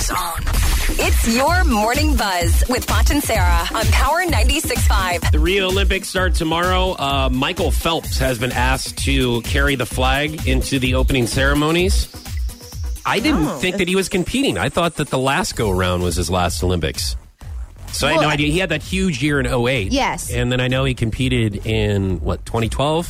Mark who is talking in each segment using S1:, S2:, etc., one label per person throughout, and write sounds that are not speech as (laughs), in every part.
S1: zone. It's your morning buzz with Font and Sarah on Power 96.5.
S2: The Rio Olympics start tomorrow. Uh, Michael Phelps has been asked to carry the flag into the opening ceremonies. I didn't
S3: Oh.
S2: think that he was competing. I thought that the last go round was his last Olympics. So I had
S3: Well,
S2: no idea. He had that huge year in 08.
S3: Yes.
S2: And then I know he competed in, what, 2012?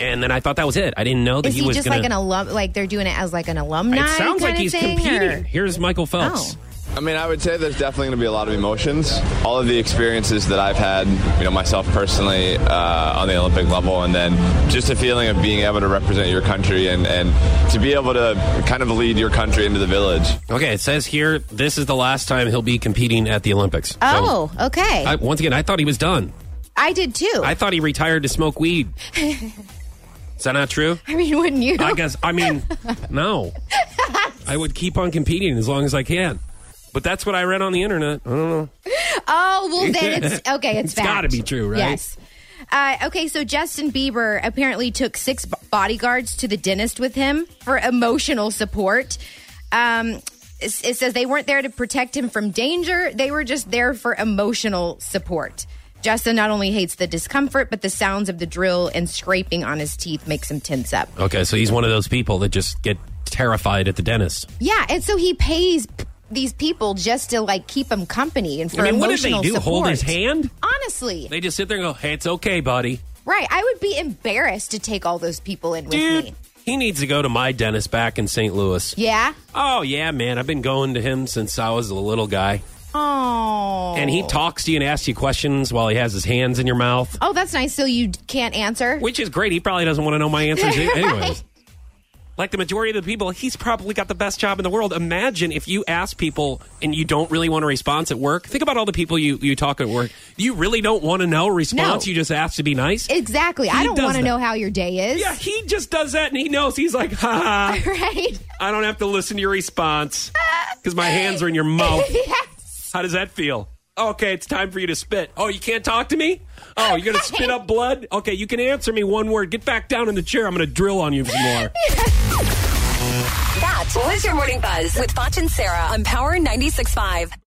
S2: And then I thought that was it. I didn't know that
S3: Is
S2: he
S3: he,
S2: was
S3: just
S2: gonna,
S3: like an alum? Like they're doing it as like an alumni?
S2: It sounds like
S3: kinda
S2: he's
S3: thing,
S2: competing.
S3: or-
S2: Here's Michael Phelps.
S3: Oh.
S4: I mean, I would say there's definitely going to be a lot of emotions. All of the experiences that I've had, you know, myself personally uh, on the Olympic level, and then just the feeling of being able to represent your country and, and to be able to kind of lead your country into the village.
S3: Oh.
S2: Okay, it says here this is the last time he'll be competing at the Olympics. So,
S3: Oh, okay.
S2: I,
S3: I,
S2: once again, I thought he was done.
S3: did too.
S2: I
S3: (laughs) I,
S2: thought he retired to smoke
S3: (laughs)
S2: weed. Is that not true?
S3: mean, wouldn't you?
S2: I guess. I mean, no. I would keep on competing as long as I can. But that's what I read on the internet. I don't know.
S3: (laughs) Oh, well,
S2: (laughs)
S3: then it's okay. It's,
S2: It's gotta
S3: fact.
S2: be true, right?
S3: Yes. Uh, okay, so Justin Bieber apparently took six b- bodyguards to the dentist with him for emotional support. Um, it, it says they weren't there to protect him from danger, they were just there for emotional support. Justin not only hates the discomfort, but the sounds of the drill and scraping on his teeth makes him tense up.
S2: Okay, so he's one of those people that just get terrified at the dentist.
S3: Yeah, and so he pays p- these people just to like keep him company and for
S2: I mean, what did they
S3: emotional
S2: do? Hold
S3: support.
S2: his hand?
S3: Honestly,
S2: They just sit there and go, hey, it's okay, buddy.
S3: right? I would be embarrassed to take all those people in with
S2: Dude,
S3: me.
S2: he needs to go to my dentist back in St. Louis.
S3: Yeah.
S2: Oh, yeah, man. I've been going to him since I was a little guy.
S3: Oh.
S2: And he talks to you and asks you questions while he has his hands in your mouth,
S3: Oh, that's nice. So you d- can't answer.
S2: which is great. He probably doesn't want to know my answers e-,
S3: Right.
S2: anyways. Like the majority of the people, he's probably got the best job in the world. Imagine if you ask people and you don't really want a response at work. Think about all the people you, you talk at work. You really don't want to know a response.
S3: No.
S2: You just ask to be nice.
S3: Exactly. I
S2: He
S3: don't
S2: does
S3: want to
S2: that.
S3: know how your day is.
S2: yeah, he just does that and he knows. He's like, ha ha,
S3: (laughs) Right.
S2: I don't have to listen to your response because my hands are in your
S3: (laughs)
S2: mouth.
S3: yes.
S2: How does that feel? Okay, it's time for you to spit. Oh, you can't talk to me? Oh, you're going to spit up blood? Okay, you can answer me one word. Get back down in the chair. I'm going to drill on you some more.
S1: That was your morning buzz with Font and Sarah on Power 96.5.